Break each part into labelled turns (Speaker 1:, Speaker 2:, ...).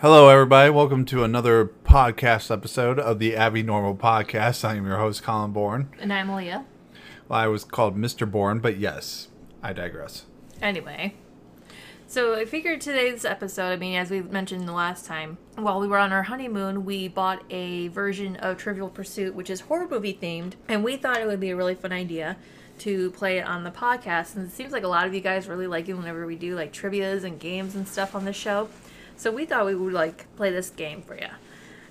Speaker 1: Hello, everybody. Welcome to another podcast episode of the Abby Normal Podcast. I am your host, Colin Bourne.
Speaker 2: And I'm Leah.
Speaker 1: Well, I was called Mr. Bourne, but yes, I digress.
Speaker 2: Anyway, so I figured today's episode, I mean, as we mentioned the last time, while we were on our honeymoon, we bought a version of Trivial Pursuit, which is horror movie themed, and we thought it would be a really fun idea to play it on the podcast. And it seems like a lot of you guys really like it whenever we do like trivias and games and stuff on the show. So we thought we would like play this game for you.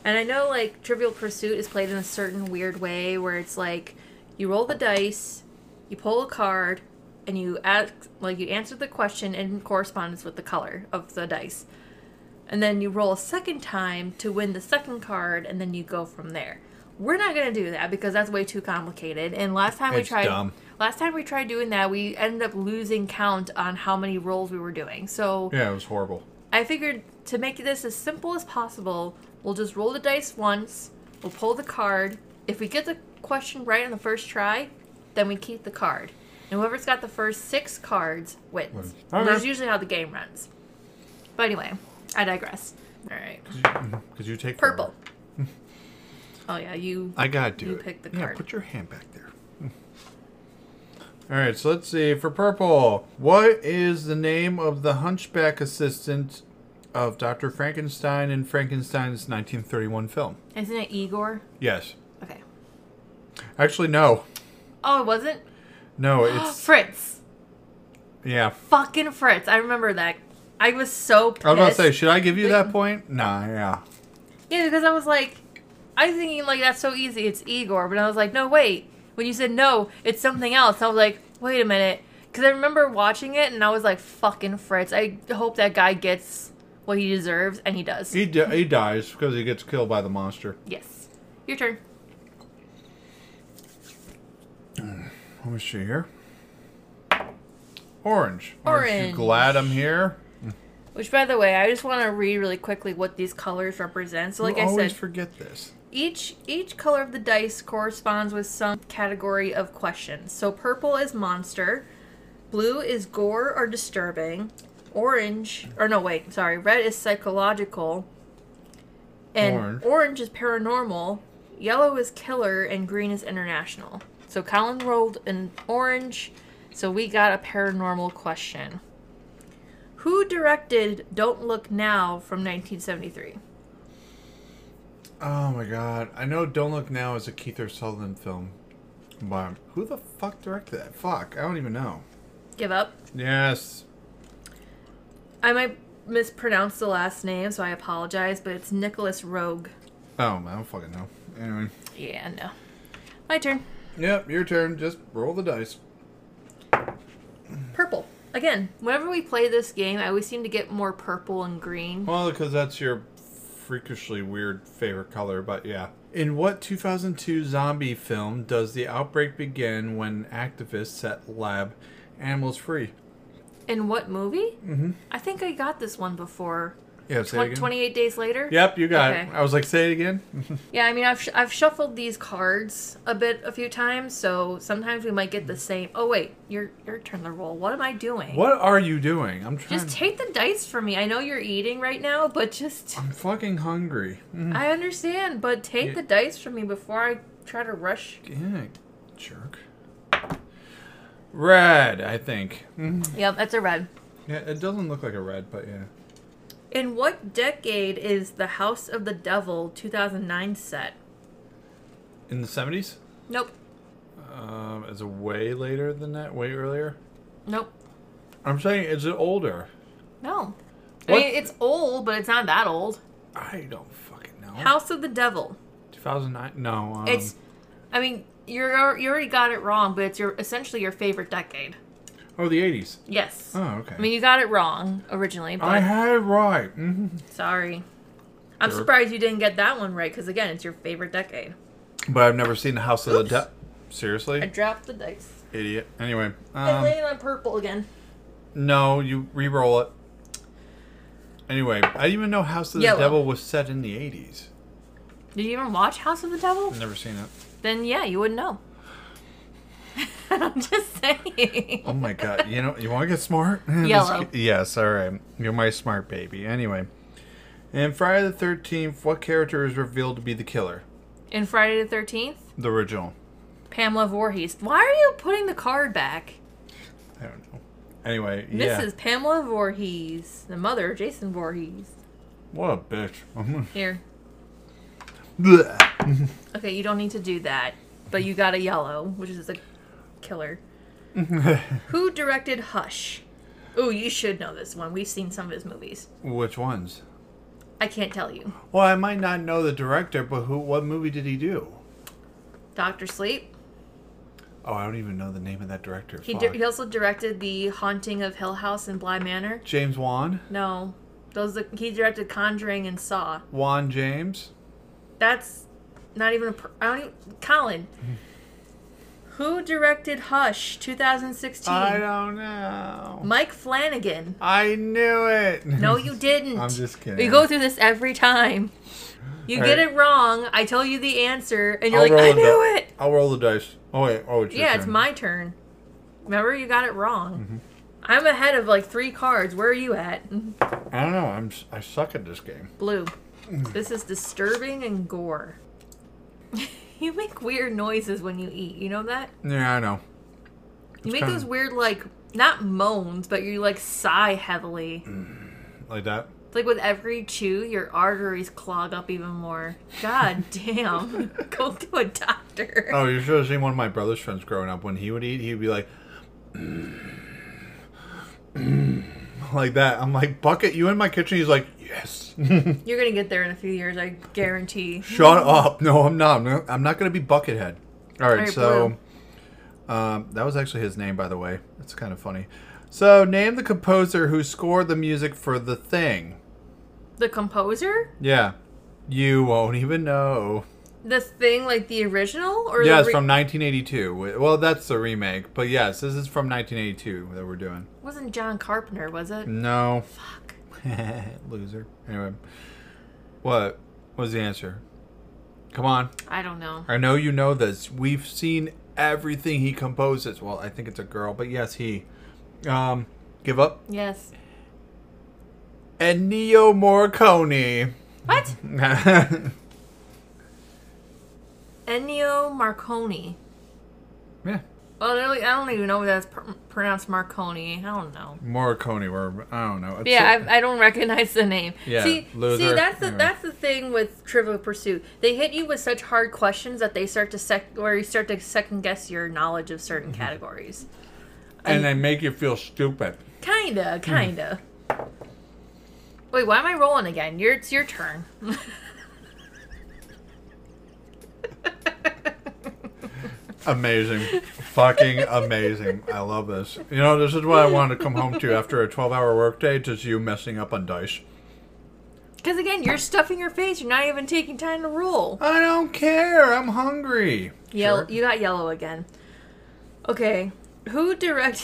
Speaker 2: And I know like Trivial Pursuit is played in a certain weird way where it's like you roll the dice, you pull a card, and you ask like you answer the question in correspondence with the color of the dice. And then you roll a second time to win the second card and then you go from there. We're not going to do that because that's way too complicated. And last time we
Speaker 1: It's
Speaker 2: tried
Speaker 1: dumb.
Speaker 2: last time we tried doing that, we ended up losing count on how many rolls we were doing. So
Speaker 1: Yeah, it was horrible.
Speaker 2: I figured to make this as simple as possible, we'll just roll the dice once, we'll pull the card. If we get the question right on the first try, then we keep the card. And whoever's got the first six cards wins.
Speaker 1: Wins. Okay.
Speaker 2: That's usually how the game runs. But anyway, I digress. All right.
Speaker 1: Because you take
Speaker 2: Purple.
Speaker 1: forever.
Speaker 2: Oh, yeah, you.
Speaker 1: I gotta do
Speaker 2: You
Speaker 1: it.
Speaker 2: pick the
Speaker 1: yeah,
Speaker 2: card.
Speaker 1: put your hand back there. All right, so let's see. For purple, what is the name of the hunchback assistant of Dr. Frankenstein in Frankenstein's 1931 film?
Speaker 2: Isn't it Igor?
Speaker 1: Yes.
Speaker 2: Okay.
Speaker 1: Actually, no.
Speaker 2: Oh, it wasn't?
Speaker 1: No, it's.
Speaker 2: Fritz.
Speaker 1: yeah.
Speaker 2: Fucking Fritz. I remember that. I was so pissed.
Speaker 1: I was about to say, should I give you that point? Nah, yeah.
Speaker 2: Yeah, because I was like, I was thinking like that's so easy. It's Igor, but I was like, no, wait. When you said no, it's something else. I was like, wait a minute, because I remember watching it and I was like, fucking Fritz. I hope that guy gets what he deserves, and he does.
Speaker 1: He, di- he dies because he gets killed by the monster.
Speaker 2: yes, your turn.
Speaker 1: Let me see here. Orange. Aren't you
Speaker 2: Orange.
Speaker 1: glad I'm here?
Speaker 2: Which, by the way, I just want to read really quickly what these colors represent. So, like
Speaker 1: you
Speaker 2: I
Speaker 1: always
Speaker 2: said,
Speaker 1: forget this.
Speaker 2: Each each color of the dice corresponds with some category of questions. So purple is monster, blue is gore or disturbing, orange or no wait, sorry, red is psychological, and
Speaker 1: Orange.
Speaker 2: orange, is paranormal, yellow is killer, and green is international. So Colin rolled an orange, so we got a paranormal question. Who directed Don't Look Now from 1973?
Speaker 1: Oh my god. I know Don't Look Now is a Keith or Sutherland film, but who the fuck directed that? Fuck, I don't even know.
Speaker 2: Give up.
Speaker 1: Yes.
Speaker 2: I might mispronounce the last name, so I apologize, but it's Nicholas Rogue.
Speaker 1: Oh, I don't fucking know. Anyway.
Speaker 2: Yeah, no. My turn.
Speaker 1: Yep, your turn. Just roll the dice.
Speaker 2: Purple. Again, whenever we play this game, I always seem to get more purple and green.
Speaker 1: Well, because that's your freakishly weird favorite color, but yeah. In what 2002 zombie film does the outbreak begin when activists set lab animals free?
Speaker 2: In what movie? Mm-hmm. I think I got this one before.
Speaker 1: Yeah, say it
Speaker 2: Tw-
Speaker 1: again.
Speaker 2: 28 Days Later?
Speaker 1: Yep, you got
Speaker 2: Okay.
Speaker 1: it. I was like, say it again.
Speaker 2: Yeah, I mean, I've, sh- I've shuffled these cards a bit a few times, so sometimes we might get the same. Oh, wait, your, your turn to roll. What am I doing?
Speaker 1: what are you doing? I'm trying.
Speaker 2: Just take the dice from me. I know you're eating right now, but just.
Speaker 1: I'm fucking hungry.
Speaker 2: I understand, but take
Speaker 1: Yeah.
Speaker 2: the dice from me before I try to rush.
Speaker 1: Yeah, jerk. Red, I think. Mm.
Speaker 2: Yep, that's a red.
Speaker 1: Yeah, it doesn't look like a red, but yeah.
Speaker 2: In what decade is The House of the Devil 2009 set?
Speaker 1: In the 70s?
Speaker 2: Nope.
Speaker 1: Um, is it way later than that? Way earlier?
Speaker 2: Nope.
Speaker 1: I'm saying, is it older?
Speaker 2: No. I
Speaker 1: What?
Speaker 2: mean, it's old, but it's not that old.
Speaker 1: I don't fucking know.
Speaker 2: House of the Devil.
Speaker 1: 2009? No. Um,
Speaker 2: It's, I mean, you're al- you already got it wrong, but it's your essentially your favorite decade.
Speaker 1: oh, the 80s.
Speaker 2: Yes.
Speaker 1: Oh, okay.
Speaker 2: I mean, you got it wrong originally, but
Speaker 1: I had it right. hmm
Speaker 2: sorry. I'm
Speaker 1: Sure.
Speaker 2: surprised you didn't get that one right, because again, it's your favorite decade.
Speaker 1: But I've never seen the House of the
Speaker 2: Oops.
Speaker 1: Dead.
Speaker 2: I
Speaker 1: Seriously?
Speaker 2: dropped the dice.
Speaker 1: Idiot. Anyway.
Speaker 2: I
Speaker 1: Um,
Speaker 2: landed on purple again.
Speaker 1: No, you re-roll it. Anyway, I didn't even know House of the
Speaker 2: Yellow.
Speaker 1: Devil was set in the 80s.
Speaker 2: Did you even watch House of the Devil?
Speaker 1: I've never seen it.
Speaker 2: Then yeah, you wouldn't know. I'm just saying.
Speaker 1: Oh my god! You know, you want to get smart? Just
Speaker 2: Yellow.
Speaker 1: ki- yes. All right. You're my smart baby. Anyway, in Friday the Thirteenth, what character is revealed to be the killer?
Speaker 2: In Friday the Thirteenth,
Speaker 1: The original.
Speaker 2: Pamela Voorhees. Why are you putting the card back?
Speaker 1: I don't know. Anyway,
Speaker 2: This
Speaker 1: yeah.
Speaker 2: is Pamela Voorhees, the mother of Jason Voorhees.
Speaker 1: what a bitch.
Speaker 2: Here.
Speaker 1: Blech.
Speaker 2: Okay, you don't need to do that, but you got a yellow, which is a killer. Who directed Hush? Ooh, you should know this one. We've seen some of his movies.
Speaker 1: Which ones?
Speaker 2: I can't tell you.
Speaker 1: Well, I might not know the director, but who? What movie did he do?
Speaker 2: Doctor Sleep.
Speaker 1: Oh, I don't even know the name of that director.
Speaker 2: He,
Speaker 1: Fuck.
Speaker 2: di- he also directed The Haunting of Hill House and Bly Manor.
Speaker 1: James Wan.
Speaker 2: No, those are- he directed Conjuring and Saw.
Speaker 1: Wan James.
Speaker 2: That's not even a. Per- I don't even. Colin. Who directed Hush 2016?
Speaker 1: I don't know.
Speaker 2: Mike Flanagan.
Speaker 1: I knew it.
Speaker 2: No, you didn't.
Speaker 1: I'm just kidding.
Speaker 2: We go through this every time. You
Speaker 1: All
Speaker 2: get
Speaker 1: right.
Speaker 2: it wrong. I tell you the answer, and you're
Speaker 1: I'll
Speaker 2: like, I
Speaker 1: roll the
Speaker 2: knew
Speaker 1: di-
Speaker 2: it.
Speaker 1: I'll roll the dice. Oh wait. Oh, it's your
Speaker 2: Yeah,
Speaker 1: turn.
Speaker 2: it's
Speaker 1: Mm-hmm.
Speaker 2: my turn. Remember, you got it wrong. I'm ahead of like three cards. Where are you at?
Speaker 1: I don't know. I'm. s- I suck at this game.
Speaker 2: Blue. This is disturbing and gore. you make weird noises when you eat. You know that?
Speaker 1: Yeah, I know.
Speaker 2: You
Speaker 1: It's
Speaker 2: make
Speaker 1: kinda-
Speaker 2: those weird like not moans, but you like sigh heavily.
Speaker 1: Like that.
Speaker 2: It's like with every chew, your arteries clog up even more. God damn. Go to a doctor.
Speaker 1: Oh, you should have seen one of my brother's friends growing up. When he would eat, he'd be like, like that. I'm like, bucket, you in my kitchen? He's like, yes.
Speaker 2: You're gonna get there in a few years, I guarantee.
Speaker 1: Shut up! No, I'm not. I'm not- I'm not going to be buckethead. All right,
Speaker 2: All right,
Speaker 1: so um, that was actually his name, by the way. That's kind of funny. So, name the composer who scored the music for The Thing.
Speaker 2: The composer?
Speaker 1: Yeah, you won't even know.
Speaker 2: The thing like the original or
Speaker 1: Yes,
Speaker 2: the re-
Speaker 1: from 1982. Well, that's the remake, but yes, this is from 1982 that we're doing.
Speaker 2: wasn't John Carpenter, was
Speaker 1: Mm.
Speaker 2: it?
Speaker 1: No,
Speaker 2: Fuck.
Speaker 1: loser. Anyway, what was the answer? Come on.
Speaker 2: I don't know.
Speaker 1: I know you know this. We've seen everything he composes. Well, I think it's a girl, but yes, he. Um, give up.
Speaker 2: Yes.
Speaker 1: Ennio Morricone.
Speaker 2: What?
Speaker 1: yeah.
Speaker 2: Ennio Marconi. Well, they're like- I don't even know if that's pr- pronounced Marconi. I don't know.
Speaker 1: Morricone, or I don't know. It's
Speaker 2: Yeah,
Speaker 1: so-
Speaker 2: I, I don't recognize the name.
Speaker 1: Yeah,
Speaker 2: see, see,
Speaker 1: loser.
Speaker 2: that's the
Speaker 1: Anyway.
Speaker 2: that's the thing with Trivial Pursuit. They hit you with such hard questions that they start to sec, where you start to second guess your knowledge of
Speaker 1: Mm-hmm.
Speaker 2: certain categories.
Speaker 1: and they make you feel stupid. Mm-hmm.
Speaker 2: Kinda, kinda. Wait, why am I rolling again? Your it's your turn.
Speaker 1: Amazing. Fucking amazing. I love this. You know, this is what I wanted to come home to after a 12 hour workday, just you messing up on dice.
Speaker 2: Because again, you're stuffing your face. You're not even taking time to roll.
Speaker 1: I don't care. I'm hungry.
Speaker 2: Yell,
Speaker 1: Sure.
Speaker 2: you got yellow again. Okay, who directed?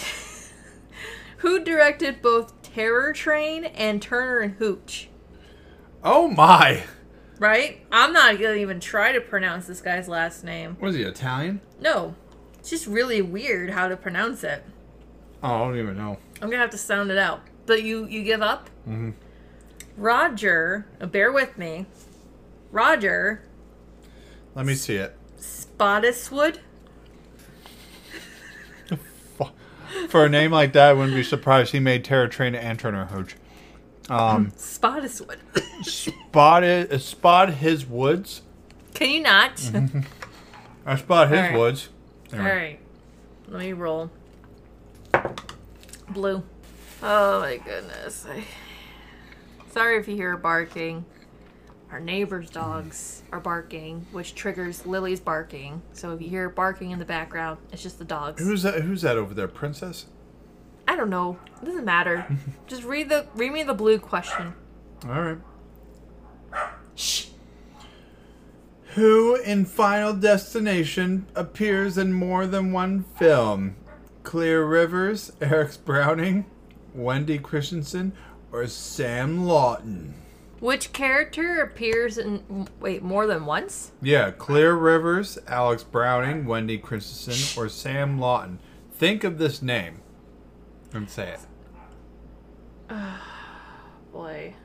Speaker 2: who directed both Terror Train and Turner and Hooch?
Speaker 1: Oh my.
Speaker 2: Right? I'm not gonna even try to pronounce this guy's last name.
Speaker 1: What is he, Italian?
Speaker 2: No. It's just really weird how to pronounce it.
Speaker 1: Oh, I don't even know.
Speaker 2: I'm gonna have to sound it out. But you you give up? Mm-hmm. Roger uh, bear with me. Roger
Speaker 1: Let me see it.
Speaker 2: Spottiswood?
Speaker 1: Fu- For a name like that, I wouldn't be surprised he made Terra Train and Turner Hooch. Um,
Speaker 2: Spottiswood.
Speaker 1: spotted, uh, spot his woods.
Speaker 2: Can you not?
Speaker 1: I spot his
Speaker 2: Alright.
Speaker 1: woods. Anyway.
Speaker 2: Alright. Let me roll. Blue. Oh my goodness. I- Sorry if you hear barking. Our neighbor's dogs are barking, which triggers Lily's barking. So if you hear barking in the background, it's just the dogs.
Speaker 1: Who's that? Who's that over there, Princess?
Speaker 2: I don't know. It doesn't matter. Just read the read me the blue question.
Speaker 1: All right.
Speaker 2: Shh.
Speaker 1: Who in Final Destination appears in more than one film? Clear Rivers, Eric Browning, Wendy Christensen, or Sam Lawton?
Speaker 2: Which character appears in wait more than once?
Speaker 1: Yeah, Claire Rivers, Alex Browning, Wendy Christensen, or Sam Lawton. Think of this name and say it.
Speaker 2: Boy,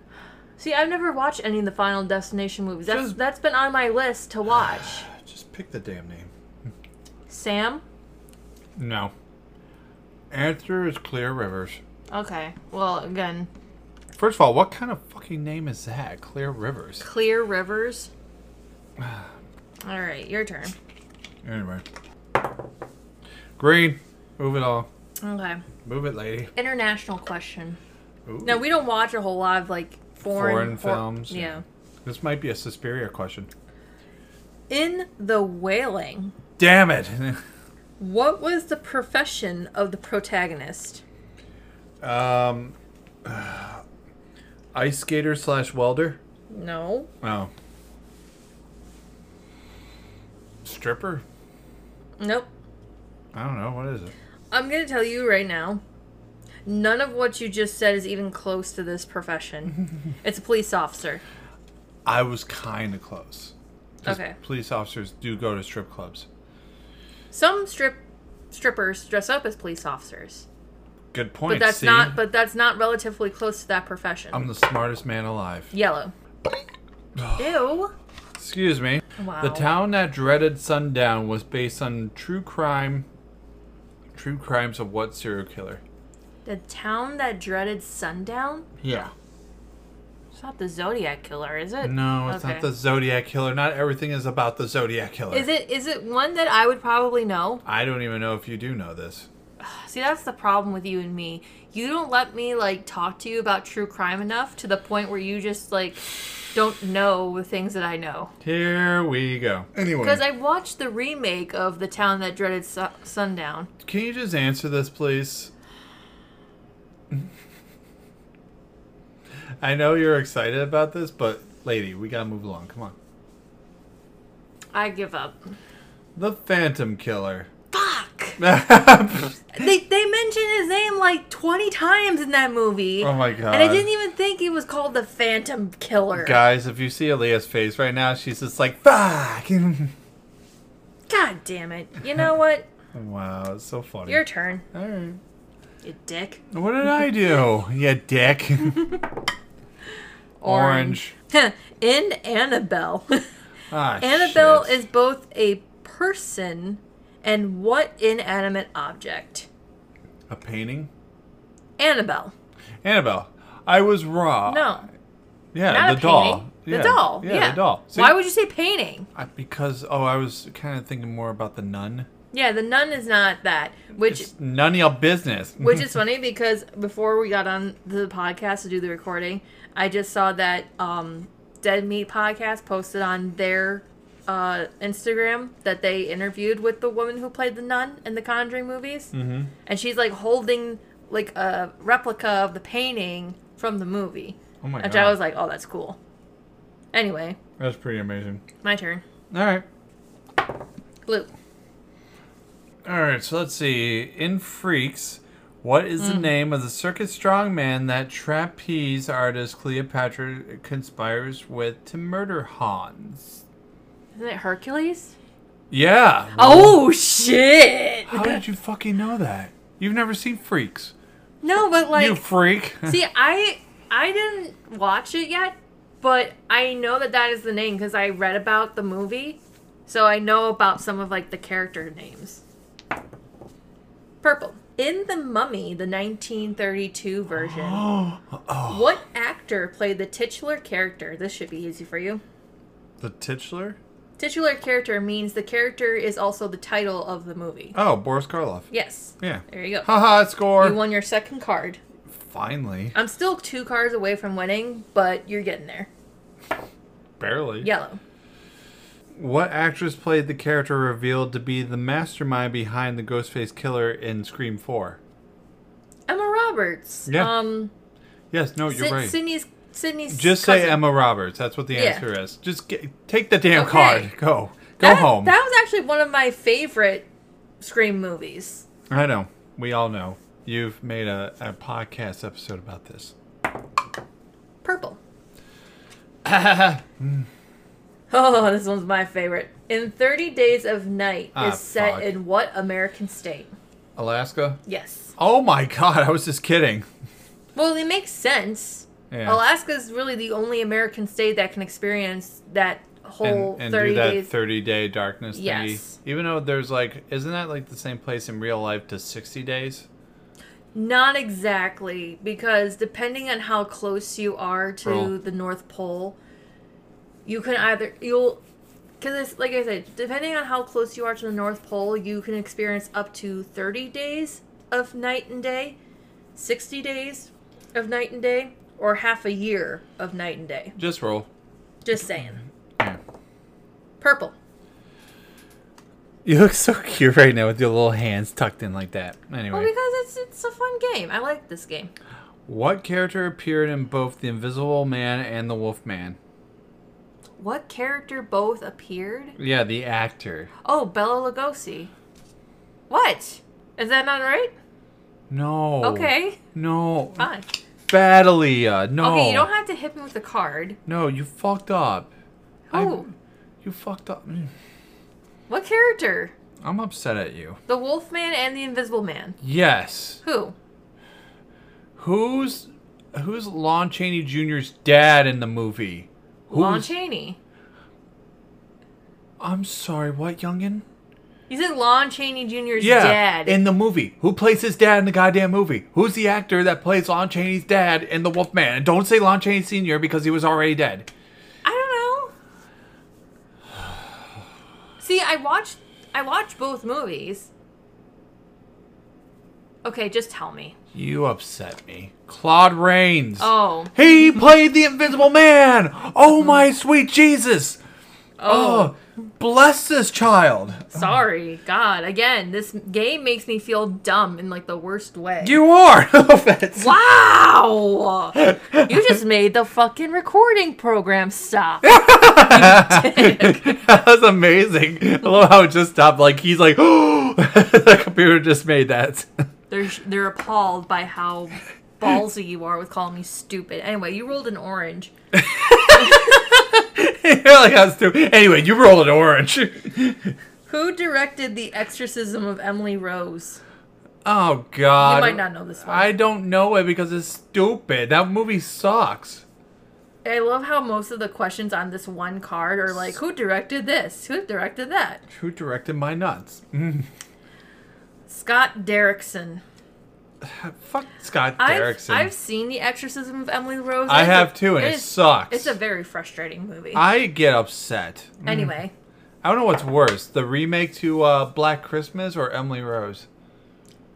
Speaker 2: see, I've never watched any of the Final Destination movies. That's
Speaker 1: Just-
Speaker 2: that's been on my list to watch.
Speaker 1: Just pick the damn name.
Speaker 2: Sam.
Speaker 1: No. Answer is Claire Rivers.
Speaker 2: Okay. Well, again,
Speaker 1: First of all, what kind of fucking name is that? Claire Rivers.
Speaker 2: Clear Rivers. All right, your turn.
Speaker 1: Anyway. Green. Move it all.
Speaker 2: Okay.
Speaker 1: Move it, lady.
Speaker 2: International question.
Speaker 1: Ooh.
Speaker 2: No, we don't watch a whole lot of like foreign,
Speaker 1: Foreign
Speaker 2: for-
Speaker 1: films,
Speaker 2: yeah.
Speaker 1: yeah. This might be a Suspiria question.
Speaker 2: In the whaling,
Speaker 1: Damn it!
Speaker 2: what was the profession of the protagonist?
Speaker 1: um, uh, ice skater slash welder.
Speaker 2: No.
Speaker 1: Oh. Stripper?
Speaker 2: Nope.
Speaker 1: I don't know. What is it?
Speaker 2: I'm gonna tell you right now. None of what you just said is even close to this profession. it's a police officer.
Speaker 1: I was kind of close. 'Cause
Speaker 2: Okay.
Speaker 1: Police officers do go to strip clubs.
Speaker 2: Some strip strippers dress up as police officers,
Speaker 1: Good
Speaker 2: but
Speaker 1: point.
Speaker 2: that's
Speaker 1: see? Um,
Speaker 2: not. But that's not relatively close to that profession.
Speaker 1: I'm the smartest man alive.
Speaker 2: Yellow. Ew.
Speaker 1: Excuse me.
Speaker 2: Wow.
Speaker 1: The town that dreaded sundown was based on true crime. True crimes of what serial killer?
Speaker 2: The town that dreaded sundown?
Speaker 1: Yeah.
Speaker 2: It's not the Zodiac killer, is it?
Speaker 1: No, it's
Speaker 2: Okay.
Speaker 1: not the Zodiac killer. Not everything is about the Zodiac killer.
Speaker 2: Is it is it one that I would probably know?
Speaker 1: I don't even know if you do know this.
Speaker 2: See, that's the problem with you and me. You don't let me like talk to you about true crime enough to the point where you just like don't know the things that I know.
Speaker 1: Here we go. Anyway,
Speaker 2: Because I watched the remake of The Town That Dreaded Su- Sundown.
Speaker 1: can you just answer this, please? I know you're excited about this, but lady, we gotta move along. Come on.
Speaker 2: I give up.
Speaker 1: The Phantom Killer.
Speaker 2: Fuck!
Speaker 1: oh
Speaker 2: They, they mentioned his name like 20 times in that movie.
Speaker 1: Oh my god.
Speaker 2: and I didn't even think he was called the Phantom Killer.
Speaker 1: Guys, if you see Aaliyah's face right now, she's just like, fuck.
Speaker 2: God damn it. You know what?
Speaker 1: wow, it's so funny.
Speaker 2: Your turn,
Speaker 1: All right.
Speaker 2: you dick.
Speaker 1: What did I do? you dick. Orange.
Speaker 2: In Annabelle.
Speaker 1: Ah,
Speaker 2: Annabelle
Speaker 1: shit.
Speaker 2: is both a person and what inanimate object?
Speaker 1: a painting.
Speaker 2: Annabelle.
Speaker 1: Annabelle, I was raw.
Speaker 2: No.
Speaker 1: Yeah,
Speaker 2: Not
Speaker 1: Uh, the
Speaker 2: a
Speaker 1: doll.
Speaker 2: painting.
Speaker 1: Yeah,
Speaker 2: The doll.
Speaker 1: Yeah, the doll. See,
Speaker 2: Why would you say painting?
Speaker 1: I, because oh, I was kind of thinking more about the nun.
Speaker 2: Yeah, the nun is not that. Which
Speaker 1: It's none of your business.
Speaker 2: which is funny because before we got on the podcast to do the recording, I just saw that um, Dead Meat podcast posted on their uh, Instagram that they interviewed with the woman who played the nun in the Conjuring movies, mm-hmm. and she's like holding like a replica of the painting from the movie,
Speaker 1: oh my
Speaker 2: which
Speaker 1: god,
Speaker 2: I was like, oh, that's cool. Anyway,
Speaker 1: that's pretty amazing.
Speaker 2: my turn.
Speaker 1: All right.
Speaker 2: Blue.
Speaker 1: All right, so let's see. In Freaks, what is
Speaker 2: Hmm.
Speaker 1: the name of the circus strongman that trapeze artist Cleopatra conspires with to murder Hans?
Speaker 2: Isn't it Hercules?
Speaker 1: Yeah.
Speaker 2: Oh shit!
Speaker 1: How did you fucking know that? You've never seen Freaks.
Speaker 2: No, but like
Speaker 1: you freak.
Speaker 2: See, I I didn't watch it yet, but I know that that is the name because I read about the movie, so I know about some of like the character names. Purple in the Mummy, the 1932 version.
Speaker 1: oh,
Speaker 2: what actor played the titular character? This should be easy for you.
Speaker 1: the titular?
Speaker 2: Titular character means the character is also the title of the movie.
Speaker 1: Oh, Boris Karloff.
Speaker 2: Yes.
Speaker 1: Yeah.
Speaker 2: There you go.
Speaker 1: Haha, score.
Speaker 2: You won your second card.
Speaker 1: Finally.
Speaker 2: I'm still two cards away from winning, but you're getting there.
Speaker 1: Barely.
Speaker 2: Yellow.
Speaker 1: What actress played the character revealed to be the mastermind behind the Ghostface Killer in Scream 4?
Speaker 2: Emma Roberts.
Speaker 1: Yeah.
Speaker 2: Um,
Speaker 1: Yes, no, you're
Speaker 2: Syd-
Speaker 1: right.
Speaker 2: Sydney's Sydney's.
Speaker 1: Just say
Speaker 2: cousin.
Speaker 1: Emma Roberts. That's what the
Speaker 2: Yeah.
Speaker 1: answer is. Just get, take the damn
Speaker 2: Okay.
Speaker 1: card. Go. Go
Speaker 2: That-
Speaker 1: home.
Speaker 2: That was actually one of my favorite Scream movies.
Speaker 1: I know. We all know. You've made a, a podcast episode about this.
Speaker 2: Purple. Oh, this one's my favorite. In 30 Days of Night
Speaker 1: Ah,
Speaker 2: is set
Speaker 1: fuck.
Speaker 2: in what American state?
Speaker 1: Alaska?
Speaker 2: Yes.
Speaker 1: Oh my god, I was just kidding.
Speaker 2: Well, it makes sense.
Speaker 1: Yeah.
Speaker 2: Alaska is really the only American state that can experience that whole
Speaker 1: and, and
Speaker 2: 30
Speaker 1: do that
Speaker 2: days.
Speaker 1: 30 day darkness
Speaker 2: Yes.
Speaker 1: thingy. Even though there's like, isn't that like the same place in real life to 60 days?
Speaker 2: Not exactly, because depending on how close you are to
Speaker 1: Cool.
Speaker 2: the North Pole, you can either you'll because like I said, depending on how close you are to the North Pole, you can experience up to thirty days of night and day, sixty days of night and day, or half a year of night and day.
Speaker 1: Just roll.
Speaker 2: Just saying.
Speaker 1: Yeah.
Speaker 2: Purple.
Speaker 1: You look so cute right now with your little hands tucked in like that. Anyway,
Speaker 2: Well, because it's it's a fun game. I like this game.
Speaker 1: what character appeared in both The Invisible Man and The Wolf Man?
Speaker 2: What character both appeared?
Speaker 1: Yeah, the actor.
Speaker 2: Oh, Bella Lugosi. What? Is that not right?
Speaker 1: No.
Speaker 2: Okay,
Speaker 1: No.
Speaker 2: fine.
Speaker 1: Battleia. No.
Speaker 2: Okay, you don't have to hit me with a card.
Speaker 1: No, you fucked up. I-
Speaker 2: Oh,
Speaker 1: You fucked up. Mm.
Speaker 2: what character?
Speaker 1: I'm upset at you.
Speaker 2: The Wolfman and the Invisible Man.
Speaker 1: Yes.
Speaker 2: Who?
Speaker 1: Who's who's Lon Chaney Jr.'s dad in the movie? Who's,
Speaker 2: Lon Chaney.
Speaker 1: I'm sorry, what youngin?
Speaker 2: You said Lon Chaney Jr.'s
Speaker 1: Yeah,
Speaker 2: dad.
Speaker 1: in the movie. Who plays his dad in the goddamn movie? Who's the actor that plays Lon Chaney's dad in The Wolfman? And don't say Lon Chaney Sr. because he was already dead.
Speaker 2: I don't know. See, I watched I watched both movies. Okay, just tell me.
Speaker 1: You upset me. Claude Rains.
Speaker 2: Oh.
Speaker 1: He played the Invisible Man. Oh my sweet Jesus. Oh, bless this child.
Speaker 2: Sorry, God. Again, this game makes me feel dumb in like the worst way.
Speaker 1: You are. No offense.
Speaker 2: Wow! You just made the fucking recording program stop. That
Speaker 1: that was amazing. I love how it just stopped. Like he's like, the computer just made that.
Speaker 2: They're they're appalled by how ballsy you are with calling me stupid. Anyway, you rolled an orange.
Speaker 1: You're like, that's stupid. Anyway, you roll an orange.
Speaker 2: Who directed the exorcism of Emily Rose?
Speaker 1: Oh God.
Speaker 2: You might not know this one.
Speaker 1: I
Speaker 2: I,
Speaker 1: don't know it because it's stupid. That movie sucks.
Speaker 2: love how most of the questions on this one card are like, who directed this? Who directed that?
Speaker 1: Who directed my nuts?
Speaker 2: Scott Derrickson.
Speaker 1: Fuck Scott
Speaker 2: I've,
Speaker 1: Derrickson.
Speaker 2: I've seen the exorcism of Emily Rose.
Speaker 1: I
Speaker 2: It's a-
Speaker 1: have too, and it
Speaker 2: is-
Speaker 1: sucks.
Speaker 2: It's a very frustrating movie.
Speaker 1: I get upset.
Speaker 2: anyway.
Speaker 1: I don't know what's worse, the remake to uh, Black Christmas or Emily Rose.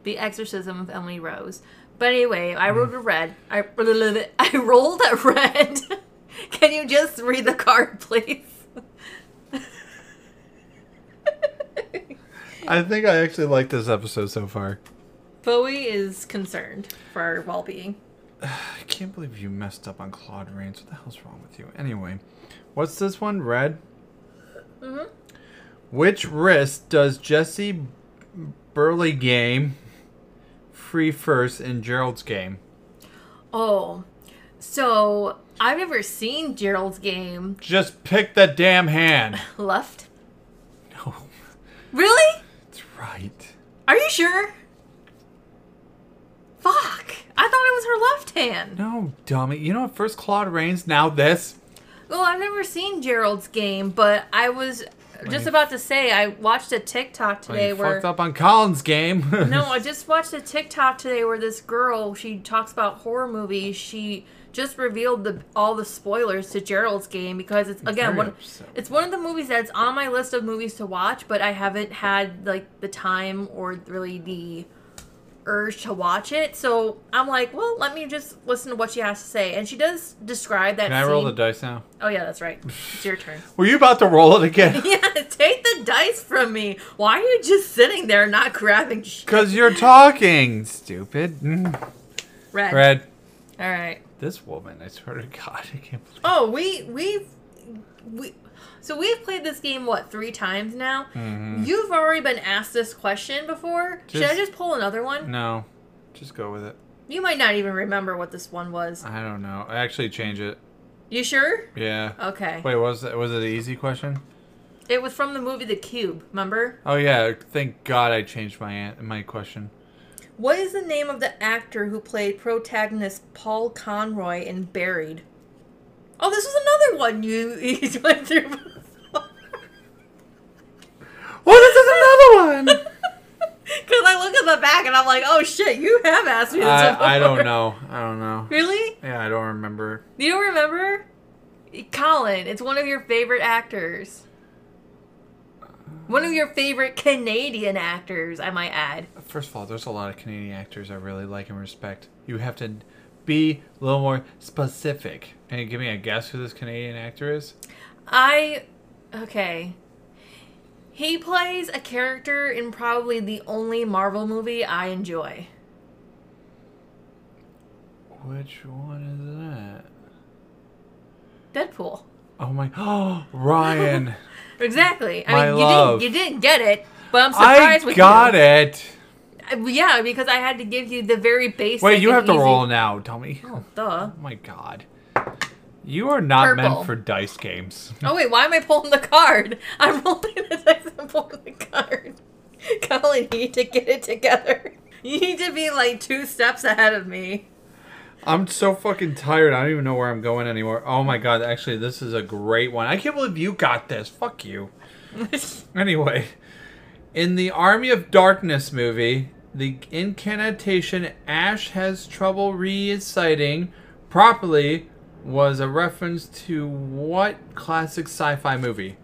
Speaker 2: The Exorcism of Emily Rose. But anyway, I rolled a red. I, I rolled a red. Can you just read the card, please?
Speaker 1: I think I actually like this episode so far.
Speaker 2: Bowie is concerned for our well being.
Speaker 1: I can't believe you messed up on Claude Rains. What the hell's wrong with you? Anyway, what's this one? Red?
Speaker 2: Mhm.
Speaker 1: Which wrist does Jesse Burley game free first in Gerald's game?
Speaker 2: Oh, so I've never seen Gerald's game
Speaker 1: Just pick the damn hand.
Speaker 2: left.
Speaker 1: No,
Speaker 2: Really?
Speaker 1: it's right.
Speaker 2: Are you sure? Fuck. I thought it was her left hand.
Speaker 1: No, dummy. You know what? First Claude Rains, now this.
Speaker 2: Well, Oh, I've never seen Gerald's game, but I was just
Speaker 1: you-
Speaker 2: about to say I watched a TikTok
Speaker 1: Oh,
Speaker 2: today
Speaker 1: you
Speaker 2: where
Speaker 1: fucked up on Colin's game.
Speaker 2: No, I just watched a TikTok today where this girl she talks about horror movies. She just revealed the all the spoilers to Gerald's Game because it's again
Speaker 1: very
Speaker 2: one.
Speaker 1: upset.
Speaker 2: It's one of the movies that's on my list of movies to watch, but I haven't had like the time or really the urge to watch it. So I'm like, well, let me just listen to what she has to say, and she does describe that.
Speaker 1: Can I roll the
Speaker 2: scene-
Speaker 1: dice now?
Speaker 2: Oh yeah, that's right. It's your turn.
Speaker 1: Were you about to roll it again?
Speaker 2: yeah, take the dice from me. Why are you just sitting there not grabbing shit?
Speaker 1: Because you're talking, stupid. Mm.
Speaker 2: Red.
Speaker 1: Red.
Speaker 2: All right.
Speaker 1: This woman, I swear to God, I can't believe
Speaker 2: Oh, we we've we so we've played this game what three times now. You've already been asked this question before. Should I
Speaker 1: Mm-hmm. Just- Mm.
Speaker 2: just pull another one?
Speaker 1: No. Just go with it.
Speaker 2: You might not even remember what this one was.
Speaker 1: I don't know. I actually change it.
Speaker 2: You sure?
Speaker 1: Yeah.
Speaker 2: Okay.
Speaker 1: Wait, was it was it an easy question?
Speaker 2: It was from the movie The Cube, remember?
Speaker 1: Oh yeah, thank God I changed my an- my question.
Speaker 2: What is the name of the actor who played protagonist Paul Conroy in Buried? Oh, this was another one you, you went through.
Speaker 1: What is another one?
Speaker 2: Because I look at the back and I'm like, oh shit, you have asked me this before.
Speaker 1: I, I don't know. I don't know.
Speaker 2: Really?
Speaker 1: Yeah, I don't remember.
Speaker 2: You don't remember? Colin, it's one of your favorite actors. One of your favorite Canadian actors, I might add.
Speaker 1: First of all, there's a lot of Canadian actors I really like and respect. You have to be a little more specific. Can you give me a guess who this Canadian actor is?
Speaker 2: I. Okay. He plays a character in probably the only Marvel movie I enjoy.
Speaker 1: Which one is that?
Speaker 2: Deadpool.
Speaker 1: Oh my! Oh, Ryan!
Speaker 2: Exactly. I
Speaker 1: My
Speaker 2: mean,
Speaker 1: love.
Speaker 2: you didn't you didn't get it, but I'm
Speaker 1: I
Speaker 2: surprised with
Speaker 1: got
Speaker 2: you.
Speaker 1: it.
Speaker 2: it. Yeah, because I had to give you the very basic.
Speaker 1: Wait, you
Speaker 2: and
Speaker 1: have to
Speaker 2: easy-
Speaker 1: roll now, dummy.
Speaker 2: Oh, duh.
Speaker 1: Oh my god. You are not
Speaker 2: Purple.
Speaker 1: meant for dice games.
Speaker 2: Oh wait, why am I pulling the card? I'm rolling the dice and pulling the card. Colin, you need to get it together. You need to be like two steps ahead of me.
Speaker 1: I'm so fucking tired. I don't even know where I'm going anymore. Oh my god, actually, this is a great one. I can't believe you got this. Fuck you. Anyway, in the Army of Darkness movie, the incantation Ash has trouble reciting properly was a reference to what classic sci fi movie?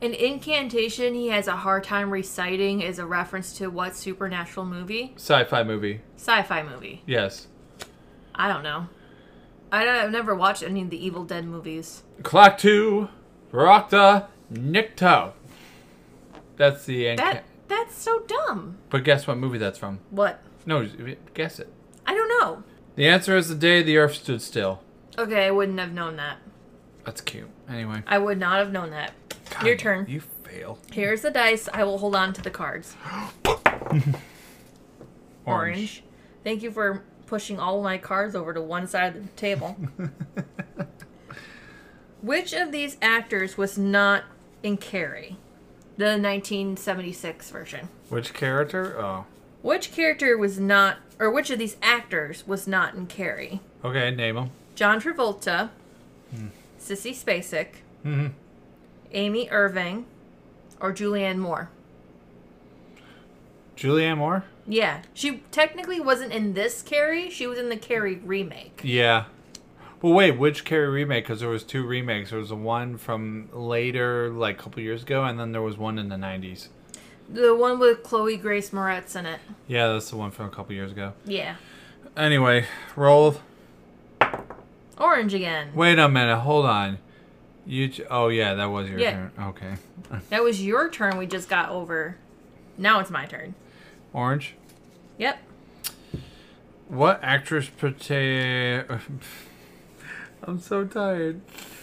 Speaker 2: An incantation he has a hard time reciting is a reference to what supernatural movie?
Speaker 1: Sci fi movie,
Speaker 2: Sci-fi movie.
Speaker 1: yes.
Speaker 2: I don't know. I don't, I've never watched any of the Evil Dead movies.
Speaker 1: Clock two, Rocta, Nikto. That's the end.
Speaker 2: That that's so dumb.
Speaker 1: But guess what movie that's from?
Speaker 2: What?
Speaker 1: No, j- guess it.
Speaker 2: I don't know.
Speaker 1: The answer is the day the earth stood still.
Speaker 2: Okay, I wouldn't have known that.
Speaker 1: That's cute. Anyway.
Speaker 2: I would not have known that. Your
Speaker 1: God,
Speaker 2: turn.
Speaker 1: You fail.
Speaker 2: Here's the dice. I will hold on to the cards. Orange. Thank you for pushing all my cards over to one side of the table. Which of these actors was not in Carrie, the 1976 version?
Speaker 1: Which character? Oh.
Speaker 2: Which character was not, or which of these actors was not in Carrie?
Speaker 1: Okay, name him.
Speaker 2: John Travolta, Sissy Spacek, Amy Irving, or Julianne Moore?
Speaker 1: Julianne Moore?
Speaker 2: Yeah, she technically wasn't in this Carrie. She was in the Carrie remake.
Speaker 1: Yeah. Well, wait, which Carrie remake? Because there was two remakes. There was the one from later, like a couple years ago, and then there was one in the 90s.
Speaker 2: The one with Chloe Grace Moretz in it.
Speaker 1: Yeah, that's the one from a couple years ago.
Speaker 2: Yeah.
Speaker 1: Anyway, roll.
Speaker 2: Orange again.
Speaker 1: Wait a minute. Hold on. You. Ch- oh, yeah, that was your
Speaker 2: Yeah.
Speaker 1: turn. Okay.
Speaker 2: That was your turn we just got over. Now it's my turn.
Speaker 1: Orange.
Speaker 2: Yep.
Speaker 1: What actress portray? I'm so tired.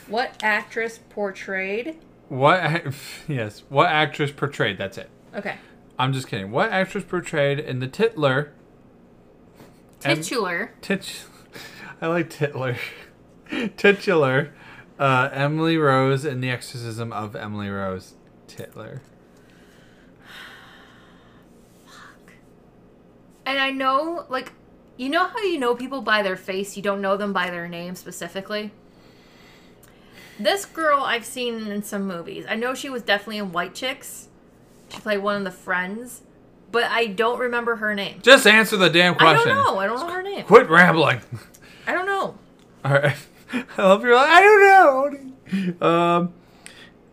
Speaker 2: What actress portrayed?
Speaker 1: What? ac- Yes. What actress portrayed? That's it.
Speaker 2: Okay.
Speaker 1: I'm just kidding. What actress portrayed in the Titler? and-
Speaker 2: Titular.
Speaker 1: Tit. I like Titler. Titular. Uh, Emily Rose in The Exorcism of Emily Rose. Titler.
Speaker 2: And I know, like, you know how you know people by their face, you don't know them by their name specifically? This girl I've seen in some movies. I know she was definitely in White Chicks. She played one of the friends, but I don't remember her name.
Speaker 1: Just answer the damn
Speaker 2: I
Speaker 1: question.
Speaker 2: don't know. I don't know her name.
Speaker 1: Quit rambling.
Speaker 2: I don't know.
Speaker 1: All right. I love your. I don't know. Um,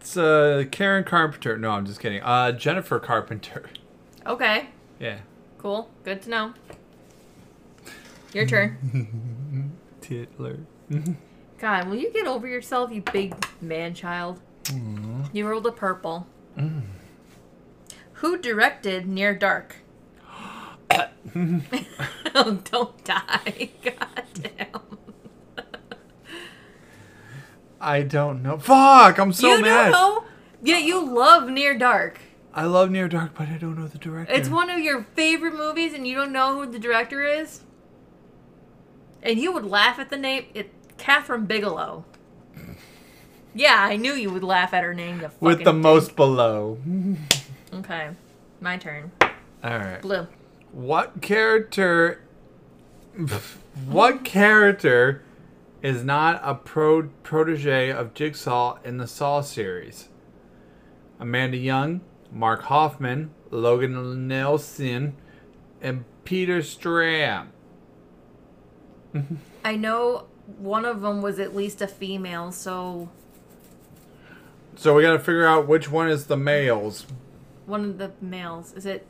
Speaker 1: it's uh Karen Carpenter. No, I'm just kidding. Uh, Jennifer Carpenter.
Speaker 2: Okay.
Speaker 1: Yeah.
Speaker 2: Cool. Good to know. Your turn.
Speaker 1: Titler.
Speaker 2: God, will you get over yourself, you big man child?
Speaker 1: Mm-hmm.
Speaker 2: You rolled a purple.
Speaker 1: Mm.
Speaker 2: Who directed Near Dark? oh, don't die. God damn.
Speaker 1: I don't know. Fuck! I'm so
Speaker 2: you
Speaker 1: mad.
Speaker 2: don't know? Yeah, you love Near Dark.
Speaker 1: I love Near Dark, but I don't know the director.
Speaker 2: It's one of your favorite movies, and you don't know who the director is? And you would laugh at the name. It Catherine Bigelow. Yeah, I knew you would laugh at her name. You
Speaker 1: With
Speaker 2: fucking
Speaker 1: the
Speaker 2: dick.
Speaker 1: most below.
Speaker 2: Okay, my turn.
Speaker 1: All right.
Speaker 2: Blue.
Speaker 1: What character? What character is not a pro protege of Jigsaw in the Saw series? Amanda Young, Mark Hoffman, Logan Nelson, and Peter Stram.
Speaker 2: I know one of them was at least a female, so
Speaker 1: So we got to figure out which one is the males.
Speaker 2: one of the males. Is it?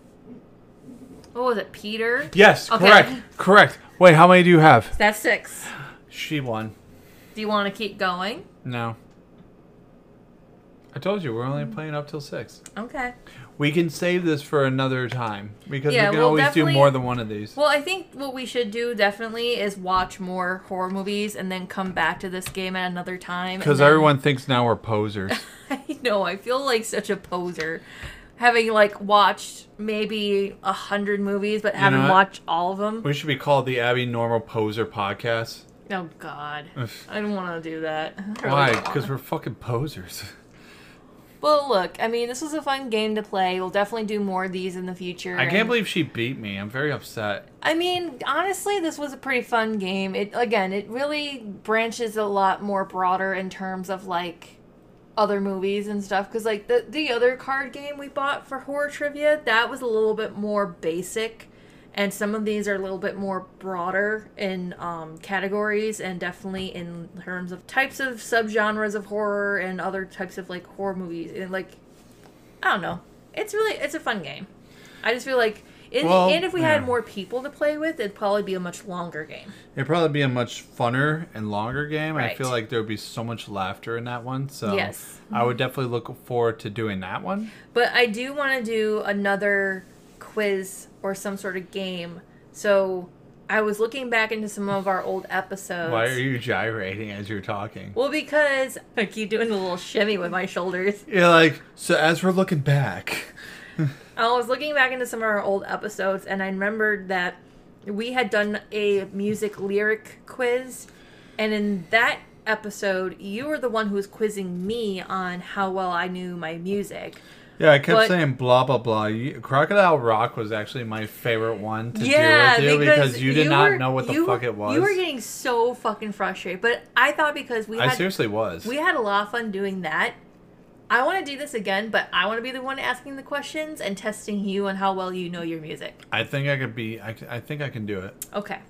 Speaker 2: What was it? Peter.
Speaker 1: Yes,
Speaker 2: Okay.
Speaker 1: correct, correct. Wait, how many do you have?
Speaker 2: That's six.
Speaker 1: She won.
Speaker 2: Do you want to keep going?
Speaker 1: No. I told you we're
Speaker 2: Mm.
Speaker 1: only playing up till six.
Speaker 2: Okay.
Speaker 1: We can save this for another time because
Speaker 2: Yeah,
Speaker 1: we can
Speaker 2: we'll
Speaker 1: always do
Speaker 2: definitely-
Speaker 1: more than one of these.
Speaker 2: Well, I think what we should do definitely is watch more horror movies and then come back to this game at another time. and
Speaker 1: Because
Speaker 2: then-
Speaker 1: everyone thinks now we're posers.
Speaker 2: I know. I feel like such a poser, having like watched maybe a hundred movies but haven't
Speaker 1: what?
Speaker 2: watched all of them.
Speaker 1: we should be called the Abby Normal Poser Podcast.
Speaker 2: Oh God,
Speaker 1: Ugh.
Speaker 2: I don't want to do that. I really
Speaker 1: Why?
Speaker 2: don't
Speaker 1: Because
Speaker 2: wanna.
Speaker 1: we're fucking posers.
Speaker 2: Well, look. I mean, this was a fun game to play. We'll definitely do more of these in the future.
Speaker 1: I
Speaker 2: and-
Speaker 1: can't believe she beat me. I'm very upset.
Speaker 2: I mean, honestly, this was a pretty fun game. It again, it really branches a lot more broader in terms of like other movies and stuff because like the the other card game we bought for horror trivia that was a little bit more basic and some of these are a little bit more broader in um, categories and definitely in terms of types of subgenres of horror and other types of like horror movies and like i don't know it's really it's a fun game i just feel like in
Speaker 1: Well,
Speaker 2: the end if we had
Speaker 1: yeah.
Speaker 2: more people to play with it'd probably be a much longer game
Speaker 1: It'd probably be a much funner and longer game. I feel
Speaker 2: Right.
Speaker 1: like there would be so much laughter in that one. So
Speaker 2: Yes.
Speaker 1: I would definitely look forward to doing that one.
Speaker 2: But I do want to do another quiz or some sort of game. So I was looking back into some of our old episodes.
Speaker 1: Why are you gyrating as you're talking?
Speaker 2: Well, because I keep doing the little shimmy with my shoulders.
Speaker 1: You're like, so as we're looking back.
Speaker 2: I was looking back into some of our old episodes and I remembered that we had done a music lyric quiz. And in that episode, you were the one who was quizzing me on how well I knew my music.
Speaker 1: Yeah, I kept
Speaker 2: But-
Speaker 1: saying blah blah blah. You, Crocodile Rock was actually my favorite one to
Speaker 2: yeah,
Speaker 1: do with you
Speaker 2: because,
Speaker 1: because, you did not
Speaker 2: were-
Speaker 1: know what the
Speaker 2: you-
Speaker 1: fuck it was.
Speaker 2: You were getting so fucking frustrated, but I thought because we
Speaker 1: I
Speaker 2: had
Speaker 1: seriously was.
Speaker 2: we had a lot of fun doing that. I want to do this again, but I want to be the one asking the questions and testing you on how well you know your music.
Speaker 1: I think I could be. I, c- I think I can do it.
Speaker 2: Okay.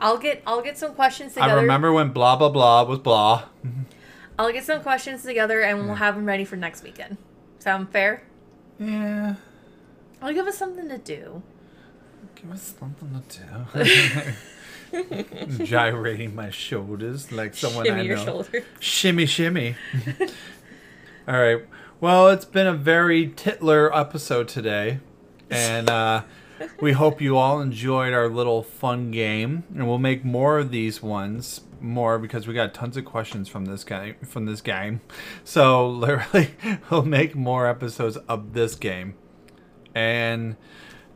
Speaker 2: I'll get I'll get some questions
Speaker 1: I
Speaker 2: together.
Speaker 1: remember when blah blah blah was blah.
Speaker 2: I'll get some questions together and we'll have them ready for next weekend. Sound fair?
Speaker 1: Yeah,
Speaker 2: I'll give us something to do.
Speaker 1: give us something to do. Gyrating my shoulders like someone
Speaker 2: Shimmy
Speaker 1: I know.
Speaker 2: your shoulder.
Speaker 1: Shimmy, shimmy. All right. Well, it's been a very titler episode today. And uh, we hope you all enjoyed our little fun game. And we'll make more of these ones. More because we got tons of questions from this guy from this game. So literally we'll make more episodes of this game. And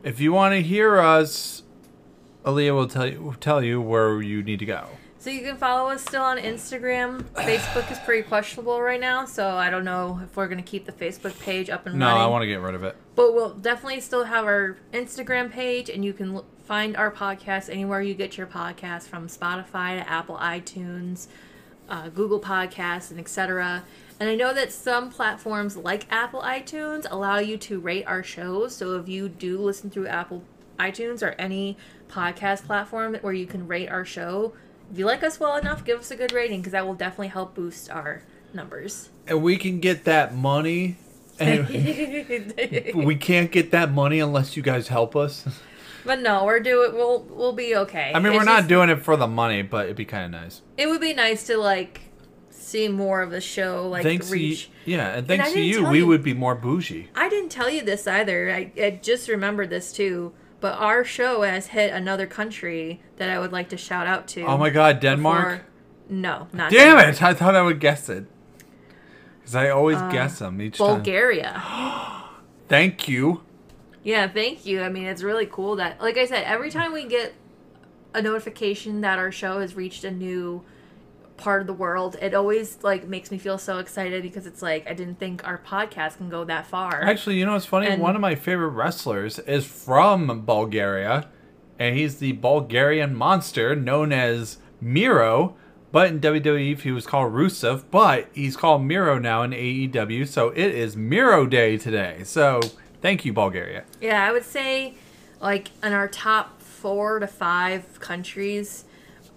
Speaker 1: if you want to hear us, Aaliyah will tell you tell you where you need to go.
Speaker 2: So you can follow us still on Instagram. Facebook is pretty questionable right now, so I don't know if we're gonna keep the Facebook page up and
Speaker 1: No,
Speaker 2: running.
Speaker 1: I want to get rid of it.
Speaker 2: But we'll definitely still have our Instagram page, and you can l- find our podcast anywhere you get your podcast from Spotify to Apple iTunes, uh, Google Podcasts, and etc. And I know that some platforms like Apple iTunes allow you to rate our shows. So if you do listen through Apple iTunes or any podcast platform where you can rate our show, if you like us well enough, give us a good rating because that will definitely help boost our numbers.
Speaker 1: and we can get that money and we can't get that money unless you guys help us
Speaker 2: But no, we're doing. We'll we'll be okay.
Speaker 1: i mean we're
Speaker 2: It's
Speaker 1: not
Speaker 2: just-
Speaker 1: doing it for the money but it'd be kind of nice
Speaker 2: It would be nice to like see more of the show, like
Speaker 1: thanks
Speaker 2: reach.
Speaker 1: to you yeah and
Speaker 2: I
Speaker 1: thanks to
Speaker 2: didn't
Speaker 1: you
Speaker 2: tell
Speaker 1: we
Speaker 2: you-
Speaker 1: would be more bougie
Speaker 2: I didn't tell you this either. I, I just remembered this too. But our show has hit another country that I would like to shout out to.
Speaker 1: oh my god denmark
Speaker 2: for- No, not
Speaker 1: damn
Speaker 2: Denmark.
Speaker 1: it i thought i would guess it because i always
Speaker 2: Uh,
Speaker 1: guess them each time
Speaker 2: Bulgaria.
Speaker 1: thank you
Speaker 2: Yeah, thank you. I mean, it's really cool that, like I said, every time we get a notification that our show has reached a new part of the world. It always like makes me feel so excited because it's like I didn't think our podcast can go that far.
Speaker 1: Actually, you know what's funny?
Speaker 2: And-
Speaker 1: One of my favorite wrestlers is from Bulgaria, and he's the Bulgarian monster known as Miro. But in WWE, he was called Rusev, but he's called Miro now in AEW, so it is Miro Day today. So thank you, Bulgaria.
Speaker 2: Yeah, I would say like in our top four to five countries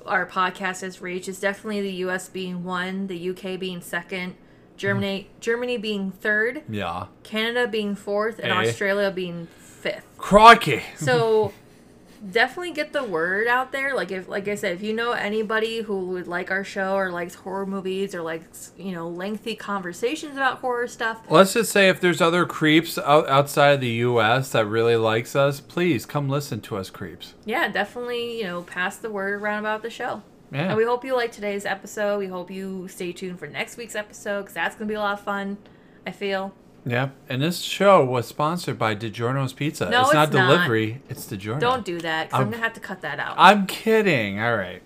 Speaker 2: our podcast has reached is definitely the US being one, the UK being second, Germany Germany being third,
Speaker 1: Yeah.
Speaker 2: Canada being fourth, and
Speaker 1: Eh.
Speaker 2: Australia being fifth.
Speaker 1: Crikey!
Speaker 2: So definitely get the word out there. Like if like I said, if you know anybody who would like our show or likes horror movies or likes, you know, lengthy conversations about horror stuff,
Speaker 1: Let's just say if there's other creeps out outside of the U.S. that really likes us, please come listen to us, creeps.
Speaker 2: yeah, definitely, you know, pass the word around about the show.
Speaker 1: Yeah.
Speaker 2: And we hope you like today's episode. We hope you stay tuned for next week's episode because that's going to be a lot of fun, I feel.
Speaker 1: Yeah, and this show was sponsored by DiGiorno's Pizza.
Speaker 2: No,
Speaker 1: it's not
Speaker 2: it's not.
Speaker 1: delivery, it's DiGiorno.
Speaker 2: Don't do that because I'm
Speaker 1: Um,
Speaker 2: going to have to cut that out.
Speaker 1: I'm kidding. All right.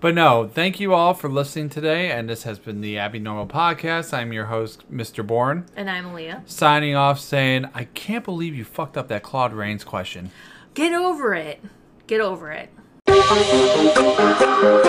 Speaker 1: But no, thank you all for listening today, and this has been the Abby Normal Podcast. I'm your host, Mr. Bourne,
Speaker 2: and I'm Leah.
Speaker 1: signing off saying, I can't believe you fucked up that Claude Rains question.
Speaker 2: Get over it. Get over it.